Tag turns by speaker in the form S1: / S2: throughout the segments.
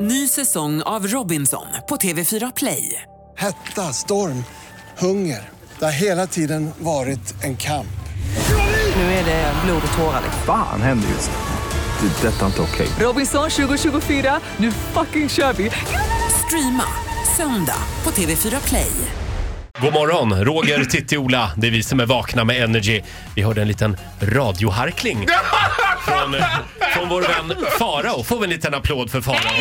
S1: Ny säsong av Robinson på TV4 Play.
S2: Hetta, storm, hunger. Det har hela tiden varit en kamp.
S1: Nu är det blod och tårar. liksom.
S3: Fan händer just nu. Det. är Detta är inte okej.
S1: Robinson 2024, nu fucking kör vi! Streama söndag på TV4 Play.
S4: God morgon, Roger, Titti, Ola. Det är vi som är vakna med Energy. Vi hörde en liten radioharkling från, från vår vän Farao. Får vi en liten applåd för Farao?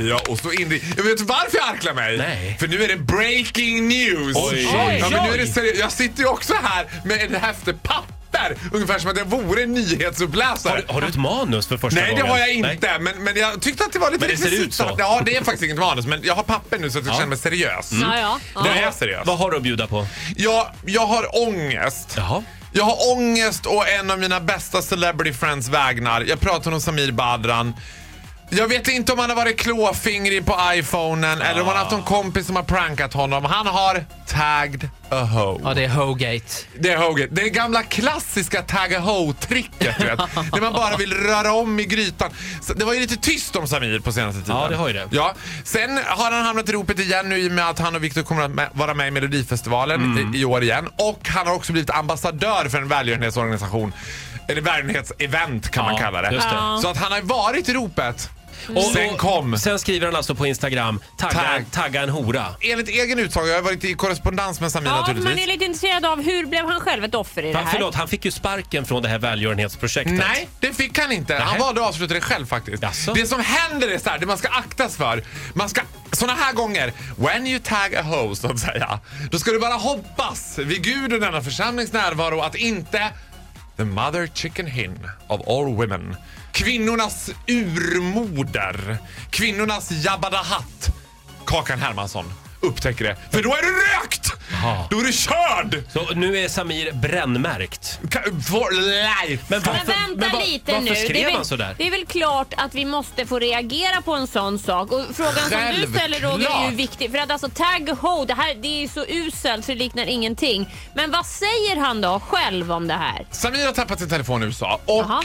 S5: Ja, och så in i... Jag vet varför jag harklar mig?
S4: Nej.
S5: För nu är det breaking news!
S4: Oj.
S5: Ja, men nu är det seriöst. Jag sitter ju också här med en häfte papper, ungefär som att jag vore en nyhetsuppläsare.
S4: Har, har du ett manus för första
S5: Nej,
S4: gången?
S5: det har jag inte, men, men jag tyckte att det var lite
S4: Men det ser ut
S5: rekvisita.
S4: så.
S5: Ja, det är faktiskt inget manus, men jag har papper nu så att jag känner mig seriös. Mm.
S6: Ja, ja. ja.
S5: Det är seriöst.
S4: Vad har du att bjuda på?
S5: Jag, jag har ångest.
S4: Jaha.
S5: Jag har ångest och en av mina bästa celebrity friends vägnar. Jag pratar om Samir Badran. Jag vet inte om han har varit klåfingrig på iPhonen eller om han har haft någon kompis som har prankat honom. Han har tagged a hoe.
S7: Ja, det är Hogate.
S5: Det är Hogan. Det är det gamla klassiska tag a hoe-tricket, du vet. När man bara vill röra om i grytan. Så det var ju lite tyst om Samir på senaste tiden.
S4: Ja, det har ju det.
S5: Ja. Sen har han hamnat i ropet igen nu i och med att han och Victor kommer att med- vara med i Melodifestivalen
S4: Mm.
S5: i, i år igen. Och han har också blivit ambassadör för en välgörenhetsorganisation. Eller välgörenhetsevent kan
S4: Ja,
S5: man kalla det.
S4: just det.
S5: Så att han har varit i ropet. Och, sen kom...
S4: Sen skriver han alltså på Instagram, tagga,
S5: Tagg.
S4: tagga en hora.
S5: Enligt egen utsago, jag har varit i korrespondens med Samir
S6: Ja, man
S5: naturligtvis.
S6: är lite intresserad av hur blev han själv ett offer i det
S4: Han,
S6: här?
S4: förlåt, han fick ju sparken från det här välgörenhetsprojektet.
S5: Nej, det fick han inte. Han
S4: Nähä.
S5: valde att avsluta det själv faktiskt.
S4: Jaså?
S5: Det som händer är så här, det man ska aktas för. Man ska, såna här gånger, when you tag a hoe så att säga, då ska du bara hoppas vid Gud och denna församlings närvaro att inte the mother chicken hin of all women, kvinnornas urmoder, kvinnornas Jabba the Hutt, Kakan Hermansson, upptäcker det. För då är du rökt!
S4: Jaha.
S5: Då är du körd!
S4: Så nu är Samir brännmärkt.
S5: Ka- For life!
S6: Men vänta
S4: va-
S6: lite
S4: varför
S6: nu. det, är
S4: skrev
S6: väl,
S4: han sådär?
S6: det är väl klart att vi måste få reagera på en sån sak. Och frågan som du
S5: Självklart.
S6: ställer Roger är ju viktig. För att alltså tag ho, det här det är så uselt så det liknar ingenting. Men vad säger han då själv om det här?
S5: Samir har tappat sin telefon i USA och
S6: Jaha.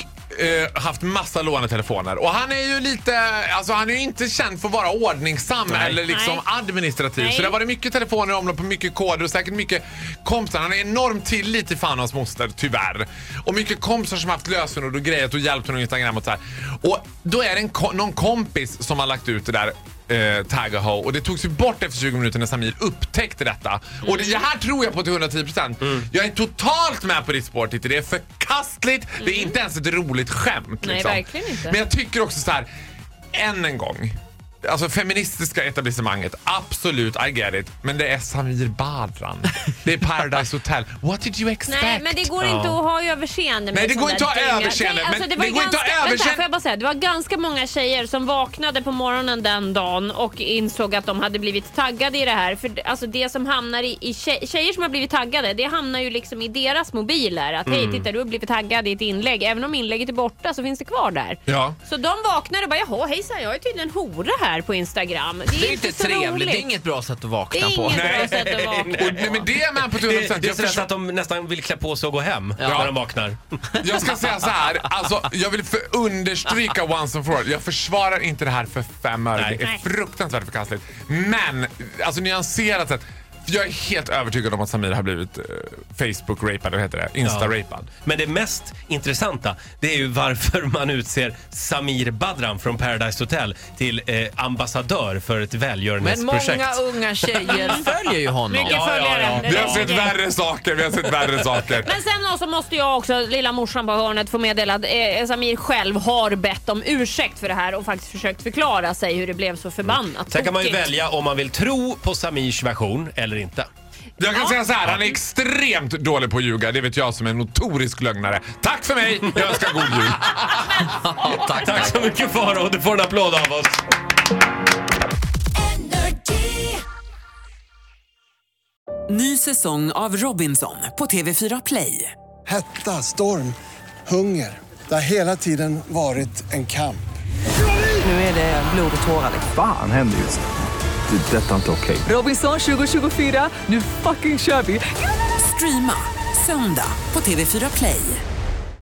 S5: eh, haft massa lånade telefoner. Och han är ju lite, alltså han är ju inte känd för att vara ordningsam
S4: Nej.
S5: eller liksom
S6: Nej.
S5: administrativ.
S6: Nej.
S5: Så det har varit mycket telefoner i omlopp och mycket koder och säkert mycket kompisar. Han har enorm tillit till fan och hans moster, tyvärr. Och mycket kompisar som har haft lösenord och grejat och hjälpt honom på Instagram och så här. Och då är det en, ko- någon kompis som har lagt ut det där Eh, tagga ho och det togs ju bort efter 20 minuter när Samir upptäckte detta.
S6: Mm.
S5: Och det, det här tror jag på till 110%. Jag är totalt med på ditt spår Titti. Det är förkastligt. Det är inte ens ett roligt skämt.
S6: Mm. Nej,
S5: liksom.
S6: verkligen inte.
S5: Men jag tycker också så här, än en gång. Alltså feministiska etablissemanget, absolut I get it. Men det är Samir Badran. Det är Paradise Hotel. What did you expect?
S6: Nej, men det går inte att ha överseende med
S5: Nej, det
S6: sån
S5: går
S6: där
S5: inte att ha
S6: dänga.
S5: överseende,
S6: Nej, alltså,
S5: men
S6: det, var
S5: det
S6: ju
S5: går inte att
S6: ganska,
S5: ha
S6: Vänta,
S5: överseende-
S6: får jag bara säga, det var ganska många tjejer som vaknade på morgonen den dagen och insåg att de hade blivit taggade i det här. För det- alltså, det som hamnar i, i tje- tjejer som har blivit taggade, det hamnar ju liksom i deras mobiler. Att
S5: Mm.
S6: hej, titta du har blivit taggad i ett inlägg. Även om inlägget är borta så finns det kvar där.
S5: Ja.
S6: Så de vaknade och bara, jaha hejsan, jag är tydligen hora här på Instagram. Det är,
S7: Det är inte
S6: så
S7: trevligt. Det är
S6: roligt.
S7: inget bra sätt att
S6: Det
S7: vakna
S6: är
S7: på.
S6: inget bra sätt att vakna
S5: Och, nej, men det är jag med på till 100%.
S4: Det, det är
S5: Jag
S4: så lätt
S5: förstår-
S4: att de nästan vill klä på sig och gå hem när de vaknar.
S5: Jag ska säga så här, alltså, jag vill för understryka once and for all. Jag försvarar inte det här för fem öre.
S4: Nej.
S5: Det är
S6: Nej.
S5: fruktansvärt förkastligt. Men, alltså nyanserat sett. för Jag är helt övertygad om att Samir har blivit eh, Facebook-rapad, eller heter det? Insta-rapad.
S4: Men det mest intressanta, det är ju varför man utser Samir Badran från Paradise Hotel till eh, ambassadör för ett
S7: Men
S4: välgörenhetsprojekt.
S7: många unga tjejer följer ju honom.
S6: Mycket följare. Det är
S5: Vi har sett
S6: okej.
S5: värre saker, vi har sett värre saker.
S6: Men sen då så måste jag också, lilla morsan på hörnet, få meddela att eh, Samir själv har bett om ursäkt för det här och faktiskt försökt förklara sig hur det blev så förbannat
S4: Sen kan man ju
S6: tokigt.
S4: välja om man vill tro på Samirs version eller inte.
S5: Jag kan säga så här, han är extremt dålig på att ljuga. Det vet jag som är en notorisk lögnare. Tack för mig, jag önskar god jul.
S4: Tack, så mycket Farao, du får en applåd av oss.
S1: Ny säsong av Robinson på TV4 Play.
S2: Hetta, storm, hunger. Det har hela tiden varit en kamp.
S8: Nu är det blod och tårar.
S1: liksom.
S3: Fan händer just nu. Det. är Detta är inte okej.
S8: Robinson 2024, nu fucking kör vi!
S1: Streama söndag på TV4 Play.